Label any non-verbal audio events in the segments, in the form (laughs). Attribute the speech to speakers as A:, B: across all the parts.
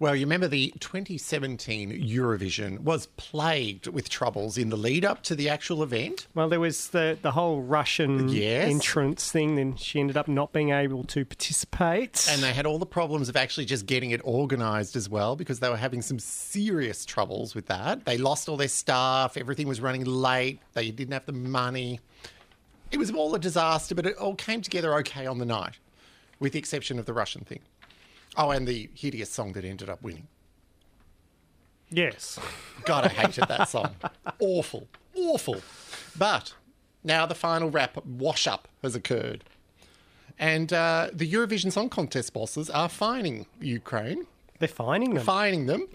A: Well, you remember the 2017 Eurovision was plagued with troubles in the lead up to the actual event.
B: Well, there was the, the whole Russian
A: Yes.
B: entrance thing, then she ended up not being able to participate.
A: And uh, they had all the problems of actually just getting it organised as well because they were having some serious troubles with that. They lost all their staff, everything was running late, they didn't have the money. It was all a disaster, but it all came together okay on the night, with the exception of the Russian thing. Oh, and the hideous song that ended up winning.
B: yes.
A: God, I hated that song. Awful, awful. But now the final wrap wash up has occurred. And uh, the Eurovision Song Contest bosses are fining Ukraine,
B: They're fining them.
A: fining them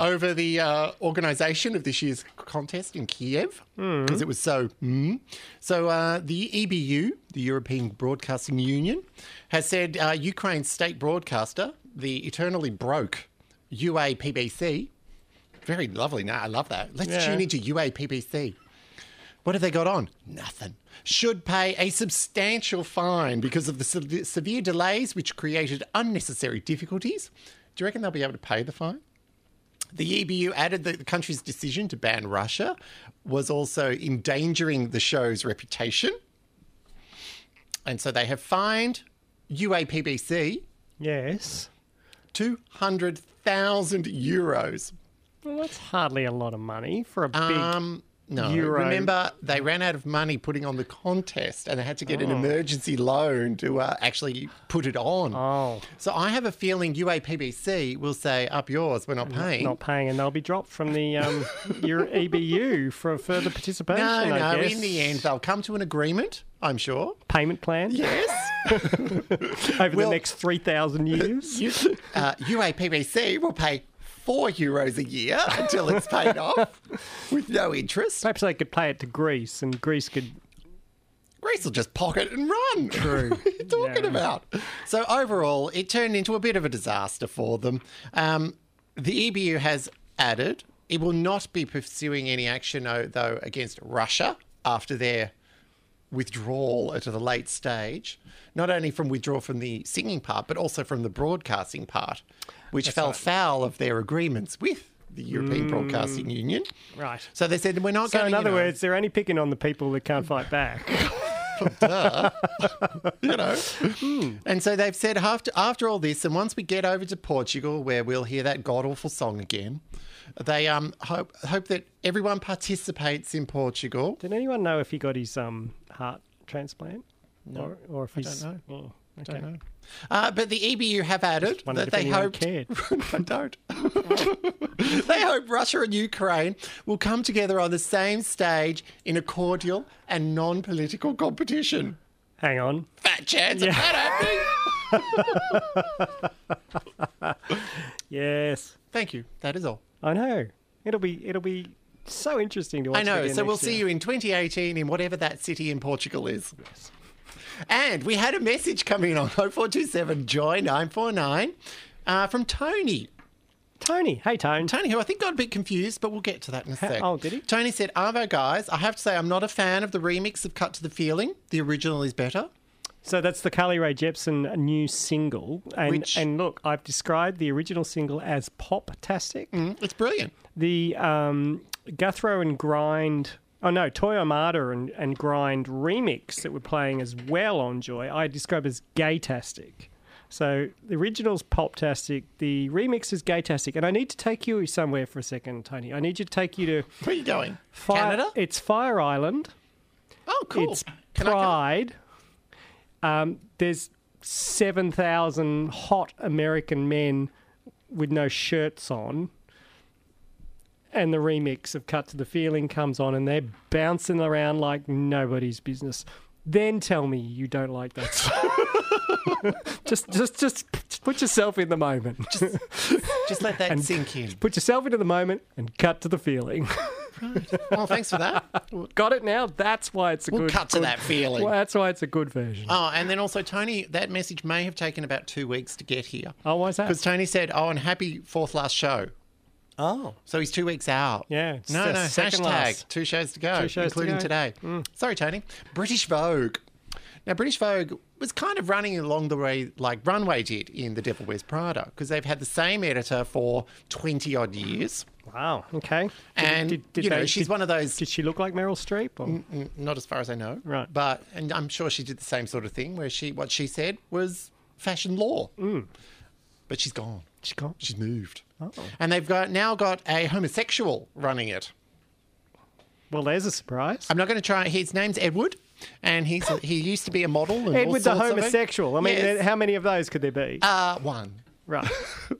A: over the uh, organisation of this year's contest in Kiev because it was so. Mm. So uh, the EBU, the European Broadcasting Union, has said uh, Ukraine's state broadcaster, the eternally broke UAPBC, very lovely. Now I love that. Let's
B: Yeah.
A: tune into UAPBC. What have they got on? Nothing. Should pay a substantial fine because of the sev- severe delays which created unnecessary difficulties. Do you reckon they'll be able to pay the fine? The EBU added that the country's decision to ban Russia was also endangering the show's reputation. And so they have fined UAPBC
B: yes.
A: 200,000 euros.
B: Well, that's hardly a lot of money for a big.
A: Um, no.
B: Euro.
A: Remember, they ran out of money putting on the contest and they had to get an emergency loan to uh, actually put it on.
B: oh,
A: So I have a feeling UAPBC will say, up yours, we're not paying.
B: not paying, and they'll be dropped from
A: (laughs)
B: the um, your EBU for further participation.
A: no,
B: I
A: no,
B: guess.
A: in the end, they'll come to an agreement, I'm sure.
B: payment plan
A: Yes.
B: over
A: Well-
B: the next three thousand
A: (laughs)
B: years.
A: You, uh, UAPBC will pay four euros a year until it's paid
B: (laughs)
A: off with no interest.
B: Perhaps they could play it to Greece, and Greece could
A: Greece will just pocket and run. (laughs) True. what are you talking
B: Yeah.
A: about? So overall, it turned into a bit of a disaster for them. Um, the EBU has added it will not be pursuing any action uh, though against Russia after their withdrawal at a late stage, not only from withdrawal from the singing part, but also from the broadcasting part, which fell foul of their agreements with the European Broadcasting Union.
B: right.
A: So they said we're not
B: Mm. So
A: going.
B: in
A: you
B: other
A: know,
B: words, they're only picking on the people that can't fight back.
A: you know.
B: Hmm.
A: And so they've said after after all this, and once we get over to Portugal, where we'll hear that god awful song again, they um hope hope that everyone participates in Portugal.
B: Did anyone know if he got his um, heart transplant? No. Or, or if he's.
A: know.
B: Oh, okay.
A: Uh, but the EBU have added
B: Wondered
A: that
B: if
A: they
B: anyone
A: hope
B: cared.
A: (laughs)
B: (laughs)
A: I don't. they hope Russia and Ukraine will come together on the same stage in a cordial and non-political competition.
B: Hang on.
A: Fat chance of that happening.
B: Yes.
A: Thank you. That is all.
B: I know. It'll be it'll be so interesting to watch.
A: I know.
B: again
A: So we'll
B: next
A: see
B: year.
A: you in 2018 in whatever that city in Portugal is. And we had a message coming in on (laughs) 0427 Joy 949 uh, from Tony.
B: Tony. Hey, Tony.
A: Tony, who I think got a bit confused, but we'll get to that in a sec.
B: oh, did he?
A: Tony said, Arvo, guys, I have to say I'm not a fan of the remix of Cut to the Feeling. The original is better.
B: So that's the Carly Rae Jepsen new single, and
A: Which-
B: and look, I've described the original single as pop-tastic.
A: Mm, It's brilliant.
B: The um, Guthrow and Grind. Oh no, Toy Armada and, and Grind remix that we're playing as well on Joy, I describe as gaytastic. So the original's poptastic, the remix is gaytastic, and I need to take you somewhere for a second, Tony. I need you to take you to
A: Where are you going?
B: Fire,
A: Canada?
B: It's Fire Island.
A: Oh, cool.
B: It's
A: Can I go-
B: Pride. Um, there's 7,000 hot American men with no shirts on. And the remix of Cut to the Feeling comes on and they're bouncing around like nobody's business. Then tell me you don't like that. song.
A: (laughs)
B: just, just, just put yourself in the moment. (laughs)
A: Just let that sink in.
B: put yourself into the moment and cut to the feeling.
A: Right. Well, thanks for
B: (laughs)
A: that. We'll
B: Got it now? That's why it's a good.
A: cut to
B: good-
A: that feeling.
B: Well, that's why it's a good version.
A: Oh, and then also, Tony, that message may have taken about two weeks to get here.
B: Oh, why's that?
A: Because Tony said, oh, and happy fourth last show.
C: Oh.
A: So he's two weeks out.
B: Yeah, it's
A: no,
B: the
A: no.
B: second
A: Hashtag
B: last.
A: two shows to go,
B: Two shows to
A: including
B: go. Mm.
A: today. Sorry, Tony. British Vogue. Now, British Vogue was kind of running along the way like Runway did in The Devil Wears Prada because they've had the same editor for twenty odd years,
B: Wow. Okay. Did-
A: and you know she's
B: did,
A: one of those.
B: Did she look like Meryl Streep? Or?
A: Mm, Not as far as I know.
B: Right.
A: But and I'm sure she did the same sort of thing where she what she said was fashion law.
B: Mm.
A: But she's gone.
B: She can't.
A: She's moved. And they've got now got a homosexual running it.
B: Well, there's a surprise.
A: I'm not going to try. His name's Edward, and
B: (gasps)
A: he's he used to be a model. And all
B: Edward the
A: sorts of it.
B: homosexual. I mean,
A: Yes.
B: how many of those could there be?
A: uh, one. (laughs)
B: right.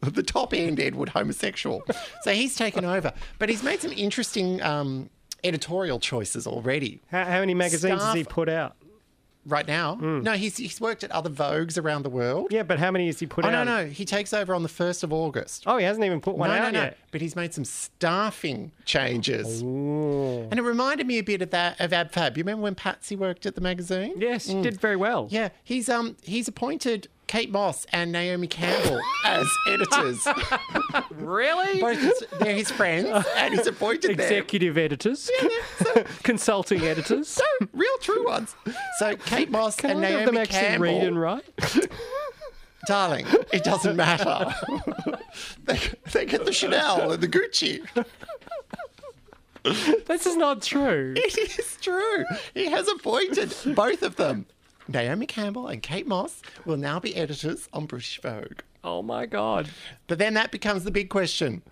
A: the top end Edward homosexual.
B: (laughs)
A: so he's taken over, but he's made some interesting um, editorial choices already.
B: How, how many magazines has he
A: Staff-
B: put out?
A: Right now,
B: Mm.
A: no, he's he's worked at other Vogues around the world.
B: Yeah, but how many has he put
A: Oh no,
B: out?
A: no, he takes over on the first of August.
B: Um, Oh, he hasn't even put one
A: no,
B: out
A: no, no.
B: yet.
A: But he's made some staffing changes, and it reminded me a bit of that of AbFab. You remember when Patsy worked at the magazine?
B: Yes, she did very well.
A: Mm. Yeah, he's um he's appointed Kate Moss and Naomi
B: (laughs)
A: Campbell as editors.
B: Really?
A: Both his, they're his friends, (laughs) and he's appointed them.
B: Executive editors, consulting editors.
A: Real true ones. So Kate Moss
B: Can
A: (laughs) and
B: I have
A: Naomi
B: them actually
A: Campbell,
B: read and write? (laughs)
A: darling, it doesn't matter. (laughs) they, they get the Chanel and the Gucci.
B: This is not true.
A: (laughs) It is true. He has appointed both of them. Naomi Campbell and Kate Moss will now be editors on British Vogue.
B: Oh my god.
A: But then that becomes the big question.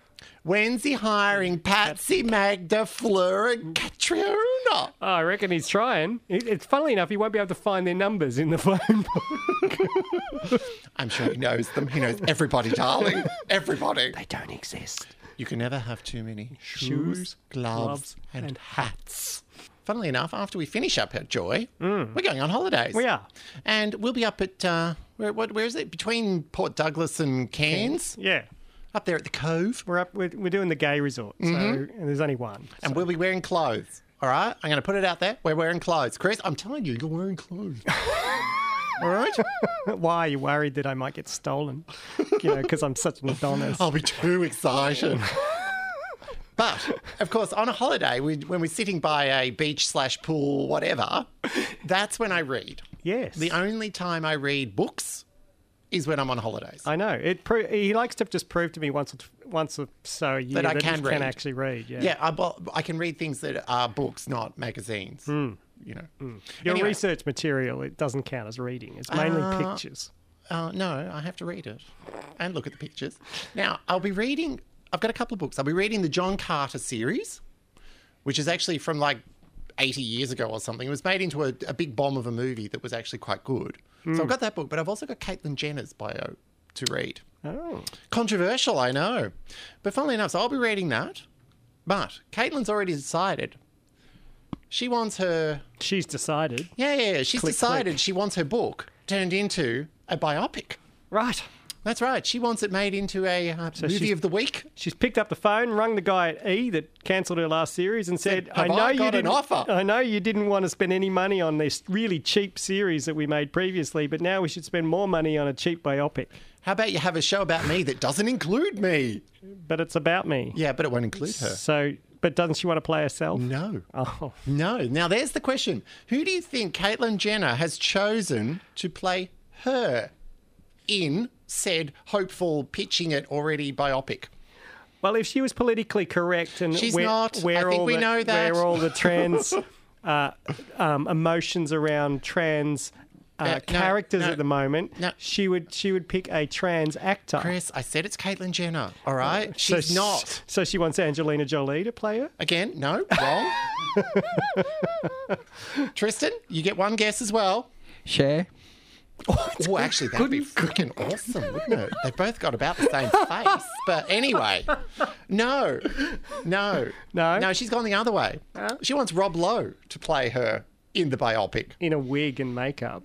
A: When's he hiring Patsy, Magda, Fleur, and Catriona?
B: Oh, I reckon he's trying. It- It's funnily enough, he won't be able to find their numbers in the (laughs) phone book.
A: I'm sure he knows them. He knows everybody, darling. Everybody.
B: They don't exist.
A: You can never have too many shoes, gloves,
B: gloves,
A: and,
B: and
A: hats. Funnily enough, after we finish up at Joy, we're going on holidays.
B: We are.
A: And we'll be up at, uh, where, what, where is it? Between Port Douglas and Cairns?
B: Yeah,
A: Up there at the Cove.
B: we're up. We're, we're doing the gay resort, so
A: Mm-hmm.
B: and there's only one.
A: And we'll be wearing clothes. All right? I'm going to put it out there. We're wearing clothes. Chris, I'm telling you, you're wearing clothes. All right?
B: Why are you worried that I might get stolen? You know, because I'm such
A: (laughs)
B: an Adonis.
A: I'll be too excited. but of course, on a holiday, we, when we're sitting by a beach slash pool, whatever, that's when I read.
B: yes,
A: The only time I read books is when I'm on holidays.
B: I know. It pro- he likes to just prove to me once or t- once or so a year
A: That I
B: he
A: can read.
B: actually read. Yeah,
A: yeah, I, well, I can read things that are books, not magazines. You know,
B: your
A: Anyway,
B: research material it doesn't count as reading. It's mainly
A: Uh,
B: pictures.
A: Uh, no, I have to read it and look at the pictures. Now, I'll be reading, I've got a couple of books. I'll be reading the John Carter series, which is actually from like 80 years ago or something. It was made into a, a big bomb of a movie that was actually quite good.
B: Hmm.
A: So I've got that book, but I've also got Caitlin Jenner's bio to read.
B: Oh,
A: Controversial, I know. But funnily enough, so I'll be reading that. But Caitlin's already decided. She wants her
B: she's decided.
A: yeah, yeah, yeah. She's
B: Click,
A: decided she wants her book turned into a biopic.
B: Right.
A: That's right. She wants it made into a uh, movie
B: she's-
A: of the week.
B: She's picked up the phone, rung the guy at E that cancelled her last series, and said,
A: "Have
B: "I know
A: I
B: you
A: got an
B: didn't
A: offer?"
B: I know you didn't want to spend any money on this really cheap series that we made previously, but now we should spend more money on a cheap biopic.
A: How about you have a show about me that doesn't include me?
B: But it's about me,
A: Yeah, but it won't include her.
B: so." But doesn't she want to play herself?
A: No.
B: Oh,
A: No. Now, there's the question Who do you think Caitlyn Jenner has chosen to play her in said hopeful pitching it already biopic?
B: well, if she was politically correct and
A: She's
B: where,
A: not.
B: where
A: I think
B: all
A: we
B: the,
A: know that.
B: where all
A: (laughs)
B: the trans uh, um, emotions around trans uh,
A: no,
B: characters
A: no,
B: at the moment,
A: no.
B: she would she would pick a trans actor.
A: Chris, I said it's Caitlyn Jenner, all right?
B: So
A: She's
B: s-
A: not.
B: So she wants Angelina Jolie to play her.
A: Again, no, wrong. (laughs) Tristan, you get one guess as well.
C: Share.
A: Oh, actually, that'd be freaking awesome, wouldn't it? They both got about the
B: (laughs)
A: same face. But anyway, no, no,
B: No?
A: no. She's gone the other way. She wants Rob Lowe to play her in the biopic.
B: in a wig and makeup.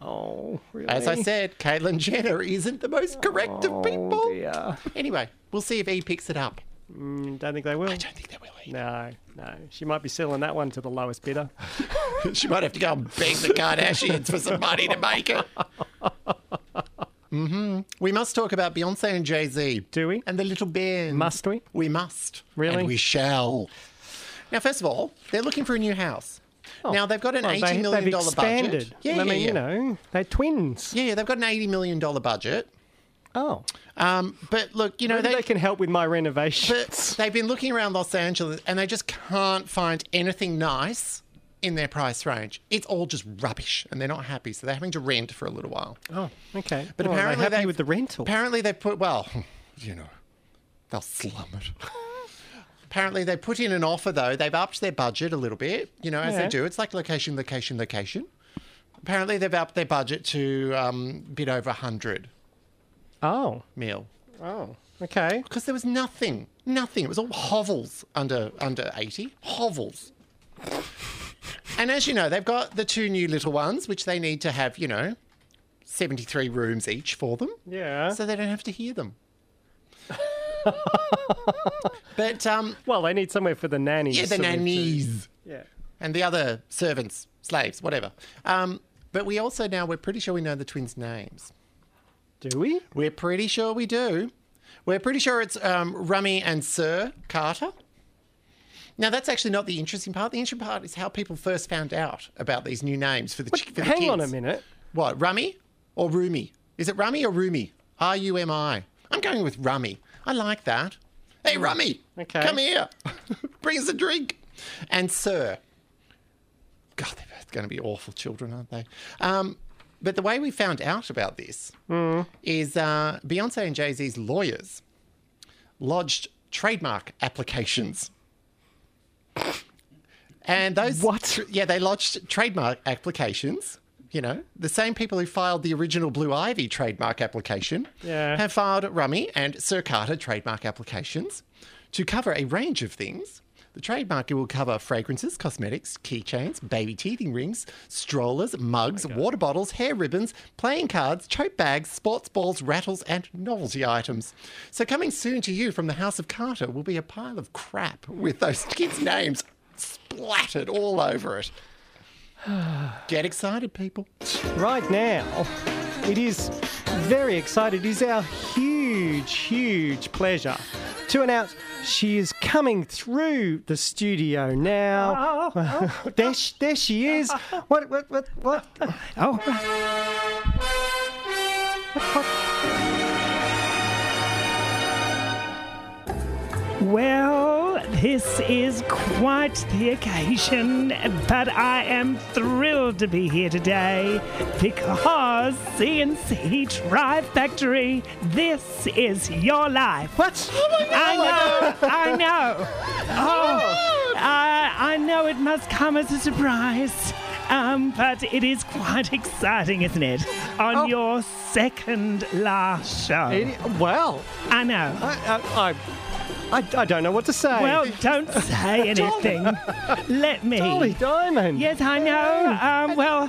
B: Oh, really?
A: As I said, Caitlyn Jenner isn't the most correct of people.
B: Oh, dear.
A: Anyway, we'll see if E picks it up.
B: Mm, Don't think they will.
A: I don't think they will. E. paid.
D: No, no. She might be selling that one to the lowest bidder.
A: she might have to go and beg the Kardashians for some money to make it. hmm Mm-hmm. We must talk about Beyonce and Jay Z.
D: Do we?
A: And the little band.
D: Must we?
A: We must.
D: Really?
A: And we shall. Now, first of all, they're looking for a new house. now they've got an
D: Oh. Well,
A: eighty
D: they-
A: million
D: they've
A: dollar
D: expanded.
A: budget. Yeah,
D: I
A: yeah,
D: mean,
A: yeah.
D: you know, they're twins.
A: yeah, yeah. They've got an eighty million dollar budget.
D: Oh,
A: Um, but look, you know
D: Maybe they,
A: they,
D: can help with my
A: but
D: renovations.
A: they've been looking around Los Angeles and they just can't find anything nice in their price range. It's all just rubbish, and they're not happy, so they're having to rent for a little while.
D: oh, okay.
A: But
D: Well, are they
A: apparently
D: happy
A: they've-
D: with the rental.
A: Apparently they put well, (laughs) you know, they'll slum it. (laughs) apparently they put in an offer though. They've upped their budget a little bit. You know, as
D: Yeah.
A: they do. It's like location, location, location. Apparently they've upped their budget to um, bit over hundred
D: oh,
A: mil
D: oh, okay.
A: because there was nothing, nothing. It was all hovels under under eighty hovels. And as you know, they've got the two new little ones, which they need to have, you know, 73 rooms each for them
D: Yeah.
A: so they don't have to hear them. but um,
D: well, they need somewhere for the nannies.
A: yeah, the
D: so we have to-
A: nannies
D: Yeah.
A: and the other servants, slaves, whatever. Um, but we also now we're pretty sure we know the twins' names.
D: Do we?
A: We're pretty sure we do. We're pretty sure it's um, Rummy and Sir Carter. Now that's actually not the interesting part. The interesting part is how people first found out about these new names for the, ch- for the
D: Hang
A: kids.
D: on a minute.
A: What, Rummy or Roomy? Is it Rummy or Roomy? R U M I. I'm going with Rummy. I like that. Hey, Rummy.
D: Okay.
A: Come here. (laughs) Bring us a drink. And Sir. God, they're both going to be awful children, aren't they? Um, but the way we found out about this is uh, Beyonce and Jay Z's lawyers lodged trademark applications. And those
D: What?
A: yeah, they lodged trademark applications. You know, the same people who filed the original Blue Ivy trademark application
D: Yeah.
A: have filed Rummy and Sir Carter trademark applications to cover a range of things. The trademark will cover fragrances, cosmetics, keychains, baby teething rings, strollers,
E: Oh
A: mugs, water bottles, hair ribbons, playing cards, tote bags, sports balls, rattles, and novelty items. So, coming soon to you from the House of Carter will be a pile of crap with those (laughs) kids' names splattered all over it. (sighs) Get excited, people.
D: Right now, it is very excited. It is our huge, huge pleasure to announce she is coming through the studio (laughs) now. there, sh- there she is. What? What? What? What? Oh.
E: Well, this is quite the occasion, but I am thrilled to be here today because CNC Drive Factory, this is your life.
D: What?
B: Oh
E: I know, I know. Oh, I, I know it must come as a surprise. Um, but it is quite (laughs) exciting, isn't it? On
D: Oh.
E: your second last show.
D: It- well,
E: I know.
D: I, I, I, I don't know what to say.
E: Well, don't say anything. Let me.
D: Holy diamond.
E: Yes, I know. Um, well,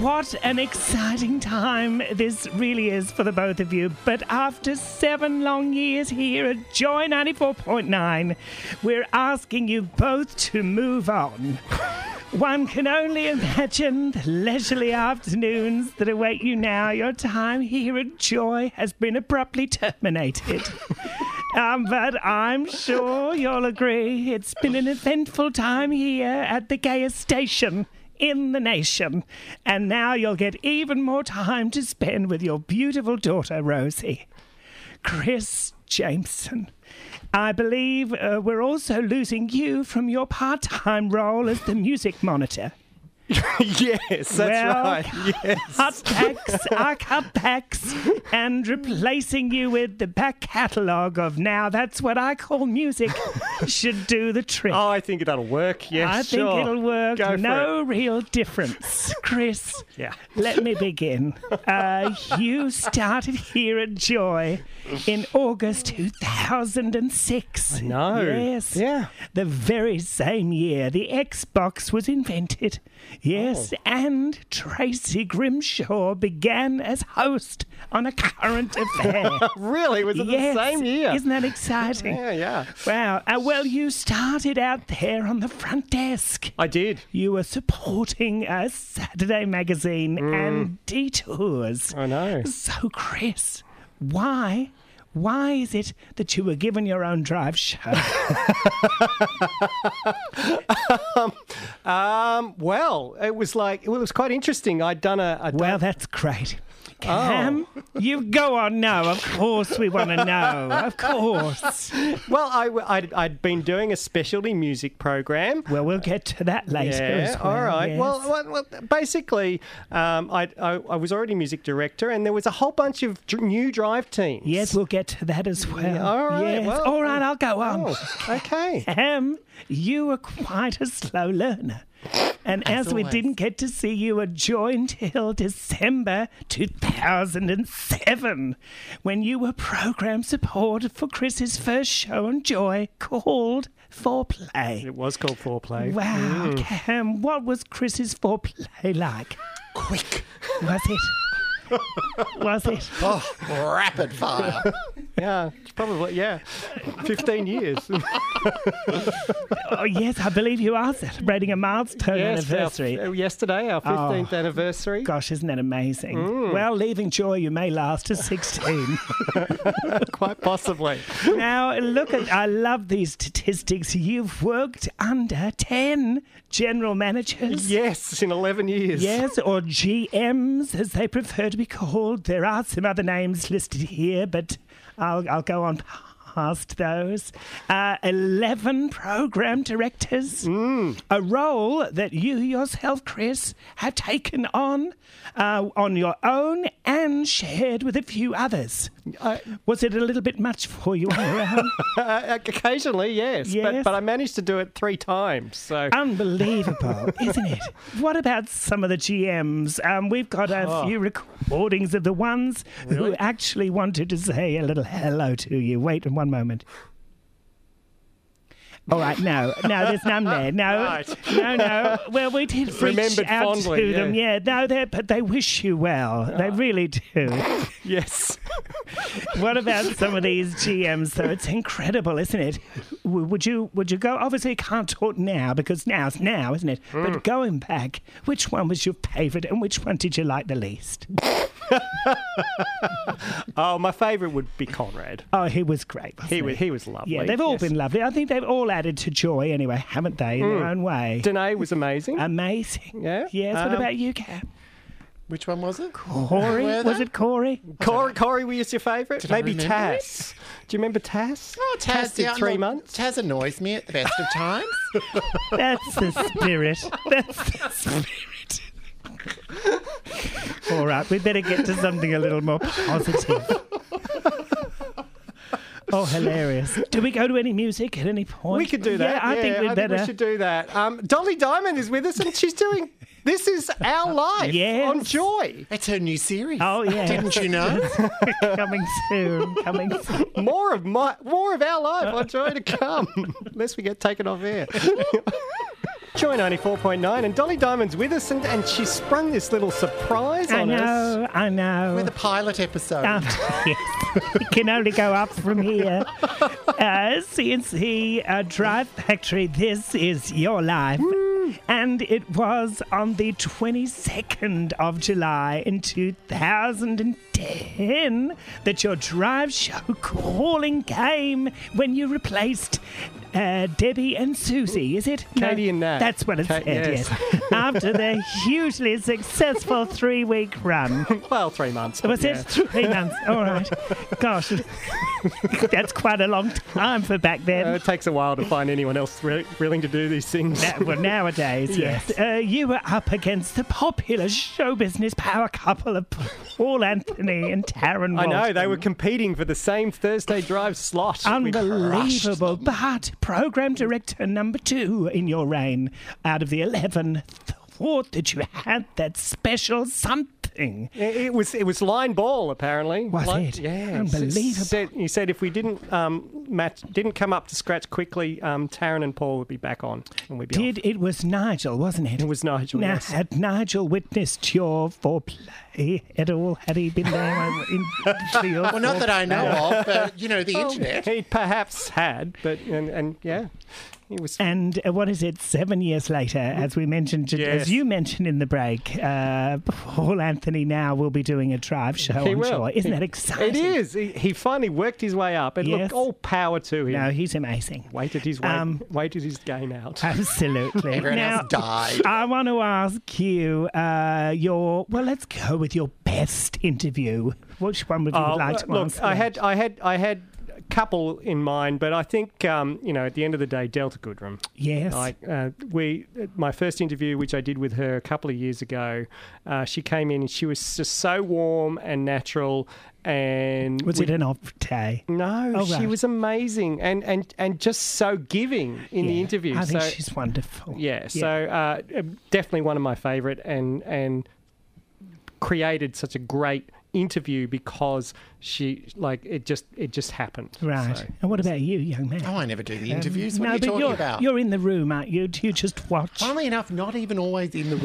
E: what an exciting time this really is for the both of you. But after seven long years here at Joy 94.9, we're asking you both to move on. One can only imagine the leisurely afternoons that await you now. Your time here at Joy has been abruptly terminated. Um, but I'm sure you'll agree it's been an eventful time here at the gayest station in the nation. And now you'll get even more time to spend with your beautiful daughter, Rosie. Chris Jameson. I believe uh, we're also losing you from your part time role as the music monitor.
D: (laughs) Yes, that's
E: Well,
D: right. (laughs) Yes.
E: Cutbacks are cutbacks, and replacing you with the back catalogue of now that's what I call music should do the trick.
D: Oh, I think that'll work. Yes,
E: I think
D: sure.
E: it'll work.
D: Go for
E: no real difference. Chris,
D: Yeah.
E: let me begin. Uh, you started here at Joy in August 2006.
D: No.
E: Yes.
D: Yeah.
E: The very same year the Xbox was invented, Yes, and Tracy Grimshaw began as host on a current affair.
B: Really? Was it
E: yes.
B: the same year?
E: Isn't that exciting?
B: yeah, yeah.
E: Wow. Uh, well, you started out there on the front desk.
B: I did.
E: You were supporting uh, Saturday Magazine
B: Mm.
E: and Detours.
D: I know.
E: So, Chris, why? Why is it that you were given your own drive show?
B: (laughs) Um, well, it was like, well, it was quite interesting. I'd done a. I'd
E: well,
B: done,
E: that's great. Cam,
B: Oh.
E: you go on now. Of course, we want to know. Of course.
B: well I, would I'd been doing a specialty music program.
E: Well, we'll get to that later.
B: Yeah,
E: as well.
B: all right.
E: yes.
B: Well, well, well, basically, um, I, I, I was already music director, and there was a whole bunch of dr- new drive teams.
E: yes, we'll get to that as well.
B: Yeah, all right,
E: Yes.
B: well,
E: all right, I'll go on.
B: Oh,
E: (laughs)
B: okay.
E: Ahem, you were quite a slow learner. And as, we
A: always.
E: didn't get to see you join till December 2007, when you were program support for Chris's first show on Joy called Foreplay.
D: It was called foreplay.
E: Wow, Cam, what was Chris's foreplay like?
A: Quick,
E: Was it? was it?
A: oh, rapid fire.
B: Yeah, it's probably, yeah. 15 years.
E: Oh, yes, I believe you are celebrating a milestone
B: Yes, our-
E: (laughs) anniversary. Oh.
B: uh, yesterday, our 15th anniversary.
E: Gosh, isn't that amazing? Well, leaving joy, you may last to 16.
B: Quite
E: (laughs)
B: possibly.
E: now, look at, I love these statistics. You've worked under 10 general managers.
B: yes, in 11 years.
E: Yes, or GMs, as they prefer to be called. There are some other names listed here, but I'll, I'll go on past those. Uh, 11 program directors, a role that you yourself, Chris, have taken on uh, on your own and shared with a few others.
B: I-
E: Was it a little bit much for you all around?
B: Uh, occasionally, yes. But,
E: Yes. Um,
B: but I managed to do it three times. So (laughs)
E: Unbelievable, isn't it? What about some of the GMs? Um, we've got a
B: Oh.
E: few recordings of the ones who actually wanted to say a little hello to you. Wait one moment. All right, no, no, there's none there.
B: (laughs)
E: No,
B: Right.
E: no, no. Well, we did reach
B: Remembered
E: out
B: fondly, Ah.
E: to them. Yeah, no, they but they wish you well. They really do. (laughs)
B: yes.
E: What about some of these GMs though? It's incredible, isn't it? W- Would you would you go? Obviously, you can't talk now because now's now, isn't it?
B: Mm.
E: But going back, which one was your favourite and which one did you like the least?
B: Oh, my favourite would be Conrad.
E: Oh, he was great. Wasn't
B: He was, he was lovely.
E: Yeah, they've all
B: yes.
E: been lovely. I think they've all added to joy anyway, haven't they? In their own way.
B: Danae was amazing.
E: Um, Amazing.
B: Mm. Yeah,
E: Yes.
B: um,
E: what about you, Cam?
A: Which one was it?
E: Corey?
A: Were
E: Was
A: they?
E: it Corey?
B: Corey, Corey, were you your favourite?
A: I
B: Maybe
A: remember it?
B: Taz. Do you remember Taz?
A: Oh, Taz,
B: did
A: yeah,
B: three
A: look,
B: months.
A: Taz annoys me at the best of times.
B: (laughs)
E: That's the spirit. That's the spirit. All right, we better get to something a little more positive. Oh, hilarious. Do we go to any music at any point?
B: We could do that.
E: Yeah, I think we'd better.
B: we should do that. Um, Dolly Diamond is with us, and she's doing. This is
E: (laughs)
B: our life
E: Yes.
B: on Joy.
A: It's her new series.
E: Oh, yeah.
A: Didn't you know?
E: (laughs) coming soon. Coming soon.
B: More of my, more of our life on Joy to come, (laughs) unless we get taken off air. (laughs) Joy ninety four point nine, and Dolly Diamond's with us, and, and she sprung this little surprise
E: I
B: on us.
E: know, I know.
A: With the pilot episode.
B: Ah.
E: after (laughs) yes. it can only go up
B: (laughs)
E: from here. Uh, CNC uh, Drive Factory, this is your life.
B: Mm.
E: And it was on the 22nd of July in 2010 that your drive show calling came when you replaced uh, Debbie and Susie, is it? No,
B: Katie and Nat.
E: That's what it
B: Ka-
E: said,
B: yes.
E: yes. After the
B: (laughs)
E: hugely successful three week run.
B: Well, three months.
E: Was
B: but yeah.
E: it three months? All right. Gosh, that's quite a long time for back then.
B: Uh, it takes a while to find anyone else wi- willing to do these things.
E: Na- well, nowadays, yes. Uh, you were up against the popular show business power couple of Paul Anthony and Taryn
B: I know
E: Walton.
B: they were competing for the same Thursday drive slot. We
E: Unbelievable. But program director number two in your reign out of the 11 thought that you had that special something. thing.
B: It, it was it was line ball apparently.
E: Was
B: Line-
E: it?
B: Yeah,
E: Unbelievable.
B: Said, he said if we didn't um, match, didn't come up to scratch quickly, um, Taryn and Paul would be back on, and we'd be.
E: Did it was Nigel, wasn't it?
B: It was Nigel,
E: Now,
B: yes.
E: had Nigel witnessed your foreplay at all? Had he been there in,
B: (laughs)
E: in to your
A: Well, not that I know of, but you know, the
B: off.
A: internet.
B: He perhaps had, but Oh, (laughs) and, and yeah, he was.
E: And uh, what is it? Seven years later, as we mentioned,
B: Yes.
E: as you mentioned in the break, uh, Paul Anthony now will be doing a drive show.
B: he
E: I'm
B: will.
E: sure. Isn't
B: He-
E: that exciting?
B: It is. He, he finally worked his way up, and
E: Yes.
B: look, all power to him.
E: No, he's amazing.
B: Waited his way,
E: Um,
B: waited his game out. (laughs)
E: Absolutely.
A: Everyone
E: now,
A: else died.
E: I want to ask you uh, your well. Let's go with your best interview. Which one would you
B: Oh,
E: like
B: uh,
E: to
B: look,
E: answer?
B: I had, I had, I had a couple in mind, but I think um, you know, at the end of the day, Delta Goodrum.
E: yes.
B: I, uh, we, my first interview, which I did with her a couple of years ago, uh, she came in and she was just so warm and natural. And
E: was
B: we-
E: it an off day?
B: No,
E: Oh,
B: she
E: right.
B: was amazing and, and, and just so giving in the
E: Yeah,
B: interview.
E: I think
B: so
E: she's wonderful.
B: yeah, so uh, definitely one of my favourite and and created such a great interview because she like it just it just happened.
E: right.
B: So.
E: and what about you, young man? Um,
A: Oh, I never do the interviews. What
E: no,
A: are you
E: but
A: talking
E: you're,
A: about?
E: you're in the room, aren't you? Do you just watch?
A: Funnily enough, not even always in the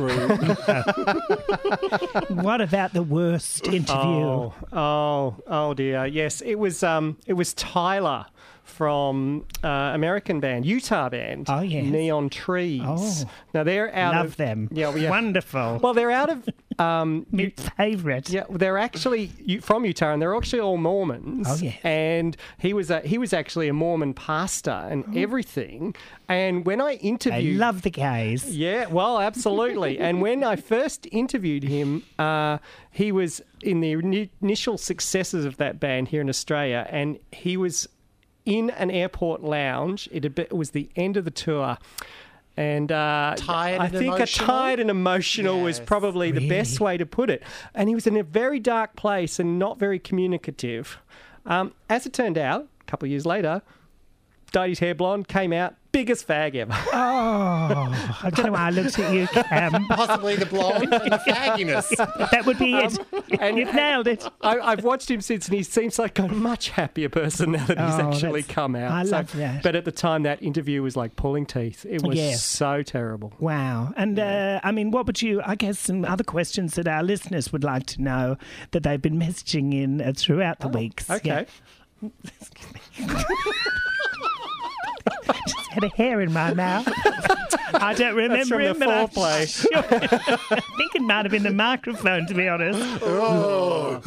A: room. (laughs)
E: what about the worst interview?
B: Oh, oh, oh dear. Yes, it was. Um, it was Tyler from uh, American band, Utah band.
E: Oh, yes.
B: Neon Trees.
E: Oh.
B: Now they're out.
E: Love
B: of,
E: them.
B: Yeah, well, yeah.
E: Wonderful.
B: Well, they're out of. Um,
E: My favourite.
B: yeah, they're actually you- from Utah, and they're actually all Mormons.
E: Oh, yes.
B: And he was a, he was actually a Mormon pastor and everything. And when I
E: I
B: interviewed,
E: Oh. love
B: (laughs)
E: the gays.
B: yeah,
A: (laughs)
B: well, absolutely. and when I first interviewed him, uh, he was in the ini- initial successes of that band here in Australia, and he was in an airport lounge. It, had been, it was the end of the tour. And uh,
A: Tired
B: I
A: and
B: think a
A: emotional?
B: tired and emotional was
A: Yes.
B: probably the best
E: Really?
B: way to put it. And he was in a very dark place and not very communicative. Um, as it turned out, a couple of years later, dyed his hair blonde, came out, biggest fag ever.
E: Oh, I don't know why I looked at
B: (laughs)
E: you, Cam.
A: Possibly the blonde and the fagginess.
E: That would be it.
B: Um, and-
E: You've nailed it.
B: I, I've watched him since, and he seems like a much happier person now that he's
E: Oh,
B: actually
E: that's-
B: come out.
E: I love that.
B: But at the time, that interview was like pulling teeth. It was
E: Yes.
B: so terrible.
E: Wow. And uh, I mean, what would you, I guess, some other questions that our listeners would like to know that they've been messaging in uh, throughout the weeks.
B: Oh, Okay.
E: Yeah. Had a hair in
B: (laughs)
E: my mouth. I don't remember
B: from
E: him,
B: the
E: but I'm
B: foreplay.
E: sure- (laughs) I think it might have been the microphone, to be honest.
B: Oh.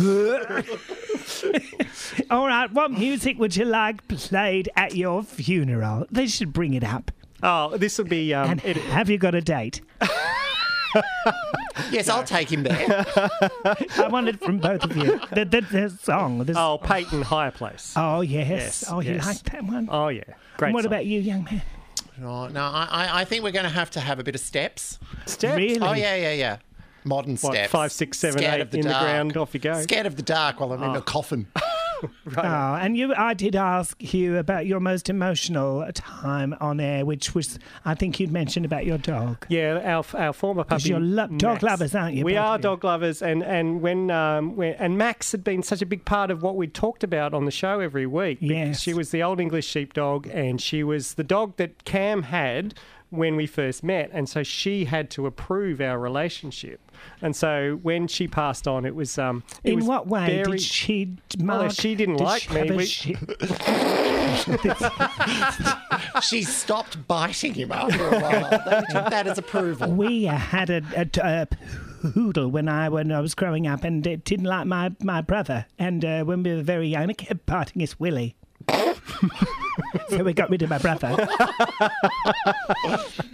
E: All right, what music would you like played at your funeral? They should bring it up.
B: Oh, this would be. Um,
E: And
B: it,
E: have you got a date?
A: Yes, I'll take him
B: (laughs)
A: there.
E: I want it from both of you. The, the, the song. The,
B: oh, Peyton Higher Place. Oh,
E: Oh yes.
B: Yes,
E: oh, you
B: yes.
E: like that one?
B: yeah. Great.
E: and what
B: song.
E: about you, young man?
A: Oh, No, no, I, I- I think we're going to have to have a bit of steps.
B: Steps?
E: Really?
A: Oh yeah, yeah, yeah. Modern
B: Hmm. What,
A: steps.
B: five, six, seven,
A: Scared
B: eight
A: of the
B: in the
A: dark.
B: ground, off you go.
A: Scared of the dark while I'm in a coffin.
E: Oh, and you. I did ask you about your most emotional time on air, which was I think you'd mentioned about your dog.
B: Yeah, our, our former puppy.
E: you're lo- dog
B: Max.
E: lovers, aren't you,
B: We
E: both
B: are
E: of you?
B: dog lovers, and and when, um, when and Max had been such a big part of what we talked about on the show every week. because
E: Yes.
B: she was the old English sheepdog, and she was the dog that Cam had when we first met, and so she had to approve our relationship. And so when she passed on, it was um, it
E: In
B: was
E: what way
B: very-
E: did she?
B: Well,
E: Mark,
B: she didn't
E: did
B: like
E: she (laughs)
B: me,
E: have a
B: we-
E: shi-
A: she stopped biting him after a while. They took that as approval.
E: we had a, a, a poodle when I when I was growing up, and it didn't like my my brother. And uh, when we were very young, it kept biting his willy. (laughs) so we got rid of
B: (laughs)
E: my brother. That's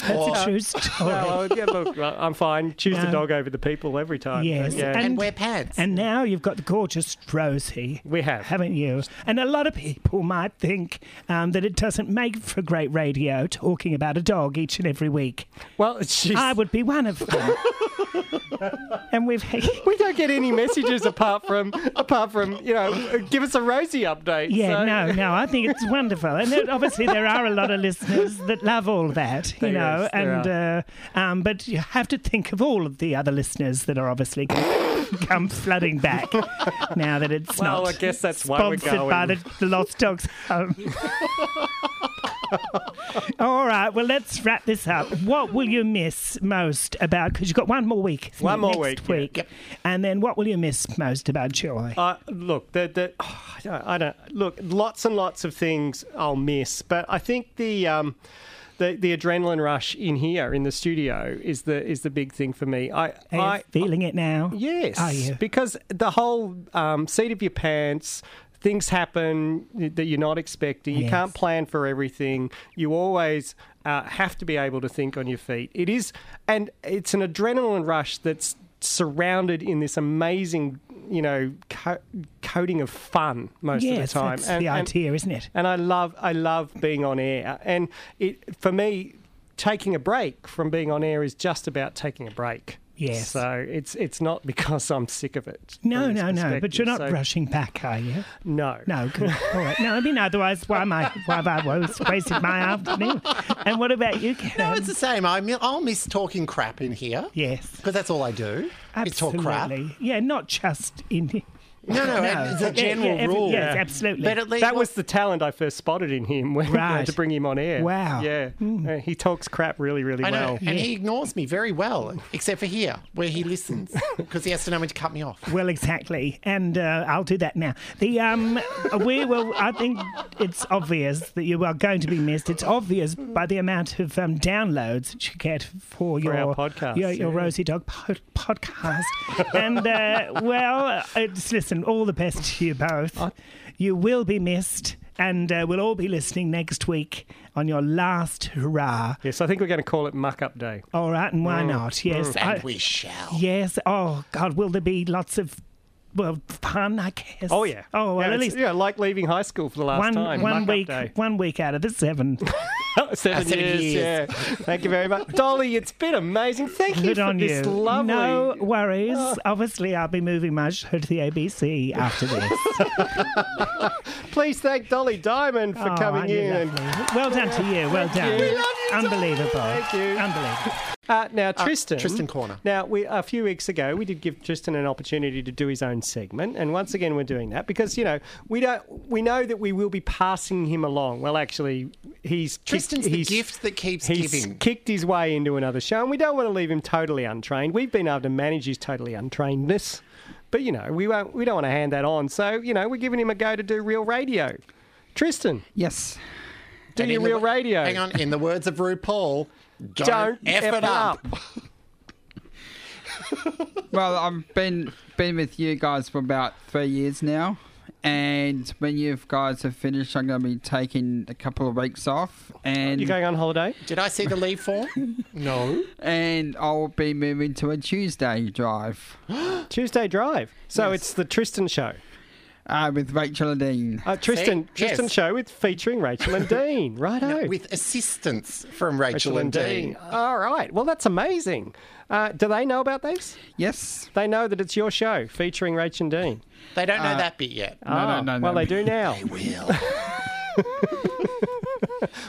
E: a true story.
B: (laughs) Oh, yeah, look, I'm fine. Choose the
E: No.
B: dog over the people every time.
E: Um, Yes,
B: Yeah.
A: And wear pants.
E: And now you've got the gorgeous Rosie.
B: We have.
E: Haven't you? And a lot of people might think um, that it doesn't make for great radio talking about a dog each and every week.
B: well, she's,
E: I would be one
B: (laughs)
E: of them. and we've.
B: We don't get any messages apart from apart from you know give us a rosy update.
E: Yeah,
B: so-
E: no, no, I think it's wonderful. And then obviously, there are a lot of listeners that love all that, you
B: There
E: know,
B: is, there
E: and uh, um, but you have to think of all of the other listeners that are obviously going come
B: (laughs)
E: flooding back now that it's
B: Well,
E: not
B: I guess that's why we're
E: sponsored by the,
B: going.
E: the Lost Dogs
B: (laughs)
E: Home. All right, well, let's wrap this up. What will you miss most about? Because you've got one more week. isn't
B: One
E: it,
B: more
E: next
B: week, yeah.
E: week. And then what will you miss most about Joy?
B: Uh, look, the, the, oh, I don't- I don't look. Lots and lots of things I'll miss, but I think the um, the the adrenaline rush in here in the studio is the is the big thing for me. I,
E: Are you
B: I uh,
E: feeling it now?
B: Yes.
E: Are you?
B: Because the whole um, seat of your pants, things happen that you're not expecting. You
E: Yes.
B: can't plan for everything. You always uh, have to be able to think on your feet. It is, and it's an adrenaline rush that's surrounded in this amazing, you know, co- coating of fun most of the
E: Yes,
B: time.
E: that's
B: And-
E: the
B: and-
E: idea, isn't it?
B: and I love I love being on air. And it for me, taking a break from being on air is just about taking a break.
E: Yes.
B: So it's it's not (laughs) because I'm sick of it. from
E: No,
B: this
E: no, no. But you're
B: perspective.
E: not
B: So,
E: rushing back,
B: (laughs)
E: are you?
B: No,
E: No, good. All right. No, I mean, otherwise, why am I? Why have I was wasted my afternoon? And what about you, Karen?
A: No, it's the same. I mi- I'll miss talking crap in here.
E: yes,
A: Because that's all I do. Is talk
E: absolutely.
A: crap.
E: Yeah, not just in. No,
A: No, no, it's a general
E: yeah, every-
A: rule.
E: Yes, absolutely.
A: But at least
B: That was the talent I first spotted in him when I
E: Right.
B: had to bring him on air.
E: Wow. Hmm.
B: Yeah. Uh, he talks crap really, really
A: I know,
B: well.
A: and he ignores me very well, except for here, where he listens, because he has to know when to cut me off.
E: Well, exactly, and uh, I'll do that now. The um, we will. I think it's obvious that you are going to be missed. It's obvious by the amount of um, downloads that you get for, your
B: our podcast,
E: your, your
B: yeah.
E: Rosie Dog pod- podcast. and uh, well, it's, listen, all the best to you both. You will be missed, and uh, we'll all be listening next week on your last hurrah.
B: Yes, I think we're going to call it Muck Up Day.
E: All right, and
B: Mm,
E: why not? Yes, I-
A: And we shall.
E: Yes. Oh God, will there be lots of well fun? I guess.
B: Oh yeah.
E: Oh well,
B: yeah,
E: at
B: it's-
E: least
B: yeah, like leaving high school for the last
E: one
B: time.
E: one
B: Muck Up
E: week
B: Day.
E: one week out of
B: (laughs)
E: the seven.
B: seven,
A: Uh, seven
B: years,
A: years.
B: Yeah. Thank you very much, Dolly. It's been amazing. Thank you
E: Good
B: for
E: on you.
B: this lovely. Ah.
E: No worries. Obviously, I'll be moving my show to the ABC
B: (laughs)
E: after this.
B: Please thank Dolly Diamond for
E: Oh,
B: coming
E: aren't you
B: in. and-
E: lovely? Well done to you. Well done.
B: you. We
A: love you, darling.
E: Unbelievable.
B: Thank you.
E: Unbelievable.
B: Uh, now, Tristan.
A: Tristan Corner.
B: Now, we, a few weeks ago, we did give Tristan an opportunity to do his own segment, and once again, we're doing that because you know we don't. We know that we will be passing him along. Well, actually, he's kicked-
A: Tristan's the
B: he's,
A: gift that keeps
B: He's
A: giving.
B: kicked his way into another show, and we don't want to leave him totally untrained. We've been able to manage his totally untrainedness, but you know we won't. We don't want to hand that on. So you know we're giving him a go to do real radio. Tristan,
C: Yes.
B: do
A: And
B: your
A: in the
B: real
A: wo-
B: radio.
A: Hang on, in the words of RuPaul, don't,
B: Don't
A: F, it up.
C: Well, I've been been with you guys for about three years now, and when you guys have finished, I'm going to be taking a couple of weeks off, and
A: Mm.
B: You're going on holiday.
A: Did I see the leave form? no.
C: and I'll be moving to a Tuesday drive
B: Tuesday Drive. So it's the Tristan show.
C: uh, with Rachel and Dean.
B: Uh, Tristan,
A: See?
B: Tristan
A: Yes.
B: show with featuring Rachel and
A: (laughs)
B: Dean. Righto.
A: With assistance from Rachel, and Dean.
B: All right. Well, that's amazing. Uh, do they know about these?
C: Yes.
B: They know that it's your show featuring Rachel and Dean.
A: They don't know that bit yet.
C: No,
B: Uh, Oh,
C: no, no, no.
B: Well, they do now.
A: Will.
B: (laughs)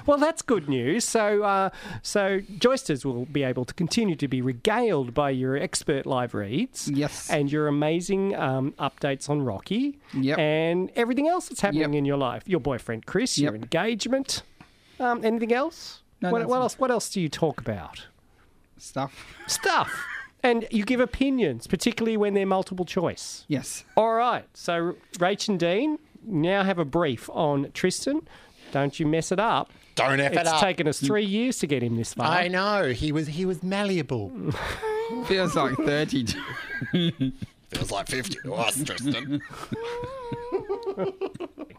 B: Well, that's good news. So, uh, so joysters will be able to continue to be regaled by your expert live reads,
C: Yes.
B: and your amazing um, updates on Rocky,
C: Yep.
B: and everything else that's happening
C: Yep.
B: in your life. Your boyfriend Chris, your
C: Yep.
B: engagement. Um, anything else?
C: No,
B: what,
C: that's
B: what
C: it.
B: else? What else do you talk about?
C: Stuff.
B: Stuff, and you give opinions, particularly when they're multiple choice.
C: Yes.
B: All right. So, Rach and Dean now have a brief on Tristan. Don't you mess it up.
A: Don't F it
B: It's
A: up.
B: taken us three years to get him this far.
A: I know. He was he was malleable.
C: Feels like thirty. (laughs)
A: Feels like 50 to us, Tristan.
B: (laughs)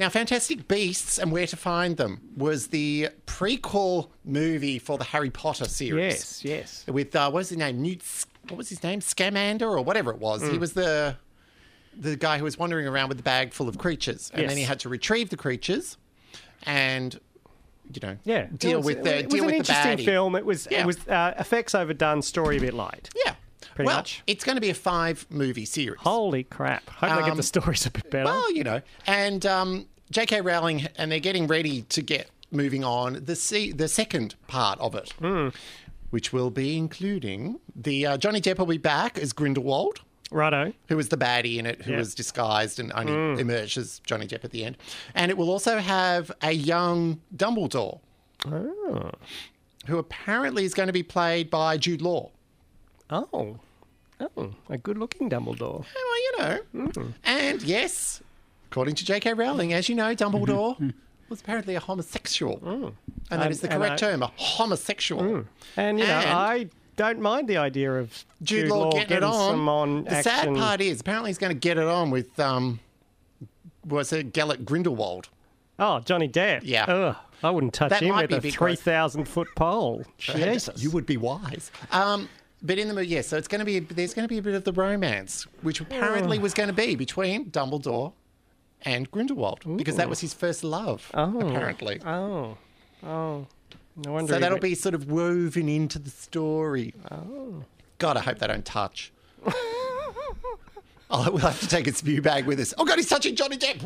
A: now, Fantastic Beasts and Where to Find Them was the prequel movie for the Harry Potter series.
B: Yes, yes.
A: With, uh, what was his name? Newt, S- what was his name? Scamander or whatever it was.
B: Mm.
A: He was the the guy who was wandering around with a bag full of creatures. And then
B: Yes.
A: he had to retrieve the creatures and, you know,
B: Yeah.
A: deal
B: It was-
A: with the
B: It was
A: deal
B: an
A: with
B: interesting
A: the baddie.
B: film. It was it
A: Yeah.
B: was uh, effects overdone, story a bit light.
A: Yeah.
B: Pretty
A: well,
B: much.
A: it's going to be a five movie series.
B: Holy crap! Hope they get
A: Um,
B: the stories a bit better.
A: Well, you know, and um, J.K. Rowling, and they're getting ready to get moving on the se- the second part of it,
B: Hmm.
A: which will be including the uh, Johnny Depp will be back as Grindelwald.
B: Righto.
A: who was the baddie in it, who
B: Yeah. Hmm.
A: was disguised and only emerged as Johnny Depp at the end. And it will also have a young Dumbledore,
B: Oh.
A: who apparently is going to be played by Jude Law.
B: Oh. Oh, a good looking Dumbledore.
A: Oh, well, you know.
B: Hmm.
A: And yes, according to J.K. Rowling, as you know,
B: (laughs)
A: Dumbledore was apparently a homosexual. And that
B: And-
A: is the
B: Hmm. Um, and
A: correct
B: I- Hmm.
A: term, a homosexual.
B: And, you know,
A: And-
B: I don't mind the idea of
A: Jude, Law getting, it on.
B: some on
A: the
B: action.
A: sad part is, apparently, he's going to get it on with, um, was it Gellert Grindelwald?
B: Oh, Johnny Depp.
A: Yeah.
B: Ugh, I wouldn't touch
A: That
B: him
A: might
B: with
A: be
B: a
A: because-
B: 3,000 foot pole. Jesus.
A: You would be wise. Um, but in the movie, yeah, so it's going to be there's going to be a bit of the romance, which
B: Hmm.
A: apparently was going to be between Dumbledore and Grindelwald because that was his first love, apparently.
B: Oh. Oh. No wonder.
A: so
B: he
A: that'll
B: went-
A: be sort of woven into the story. Oh. God, I hope they don't
B: (laughs)
A: touch. oh, we'll have to take its spew bag with us. Oh God, he's touching Johnny
B: (laughs)
A: Depp.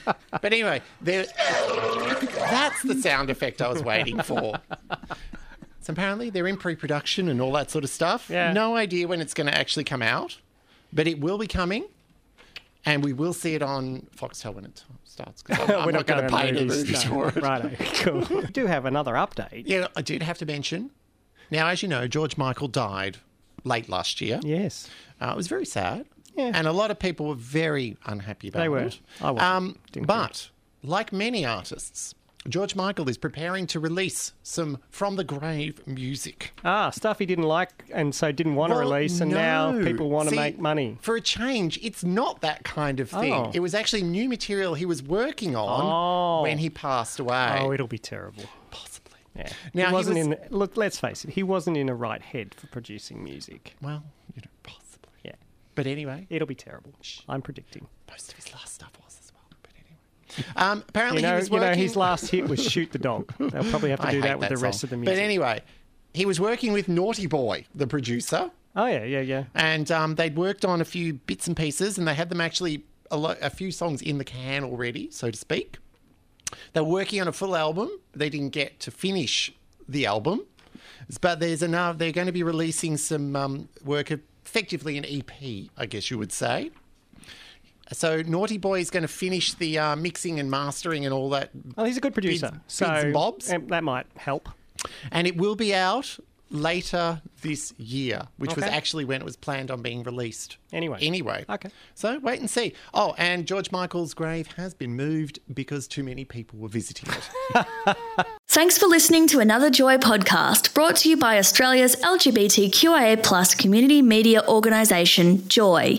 A: but anyway, there, that's the sound effect I was waiting for. So apparently they're in pre-production and all that sort of stuff.
B: Yeah.
A: No idea when it's going to actually come out, but it will be coming. And we will see it on Foxtel when it starts.
B: (laughs)
A: 'cause I'm, I'm
B: We're
A: not going to pay
B: going
A: any
B: to movies,
A: movies for it.
B: (laughs) Righto.
A: (laughs)
B: Cool. we do have another update.
A: Yeah, I did have to mention. Now, as you know, George Michael died late last year.
B: Yes.
A: Uh, it was very sad.
B: Yeah.
A: And a lot of people were very unhappy about
B: They were.
A: it.
B: I wasn't.
A: Um,
B: Didn't
A: but, like many artists, George Michael is preparing to release some from the grave music.
B: Ah, stuff he didn't like and so didn't want to
A: Well,
B: release, and now
A: no.
B: people want
A: See,
B: to make money.
A: For a change, it's not that kind of thing.
B: Oh.
A: It was actually new material he was working on
B: Oh.
A: when he passed away.
B: Oh, it'll be terrible.
A: Possibly.
B: Yeah.
A: Now,
B: he
A: he
B: wasn't
A: was-
B: in. Look, let's face it. He wasn't in a right head for producing music.
A: Well, you know, possibly.
B: Yeah.
A: But anyway,
B: It'll be terrible. I'm predicting.
A: most of his last stuff was as well. But
B: (laughs)
A: anyway, um, apparently
B: You know,
A: he was
B: you
A: working.
B: know, his last hit was "Shoot the Dog."
A: (laughs)
B: They'll probably have to
A: I
B: do
A: hate
B: that with the rest
A: song.
B: of the music.
A: But anyway, he was working with Naughty Boy, the producer,
B: oh yeah, yeah, yeah.
A: and um, they'd worked on a few bits and pieces, and they had them actually a, lo- a few songs in the can already, so to speak. They were working on a full album. They didn't get to finish the album, but there's enough. They're going to be releasing some um, work, effectively an EP, I guess you would say. So Naughty Boy is going to finish the uh, mixing and mastering and all that,
B: Oh, he's a good producer.
A: Bids-
B: so
A: Bids and Bobs?
B: um, that might help.
A: and it will be out later this year, which was
B: Okay.
A: actually when it was planned on being released.
B: Anyway.
A: Anyway.
B: Okay.
A: So wait and see. Oh, and George Michael's grave has been moved because too many people were visiting it.
F: Thanks for listening to another Joy podcast brought to you by Australia's LGBTQIA plus community media organisation, Joy.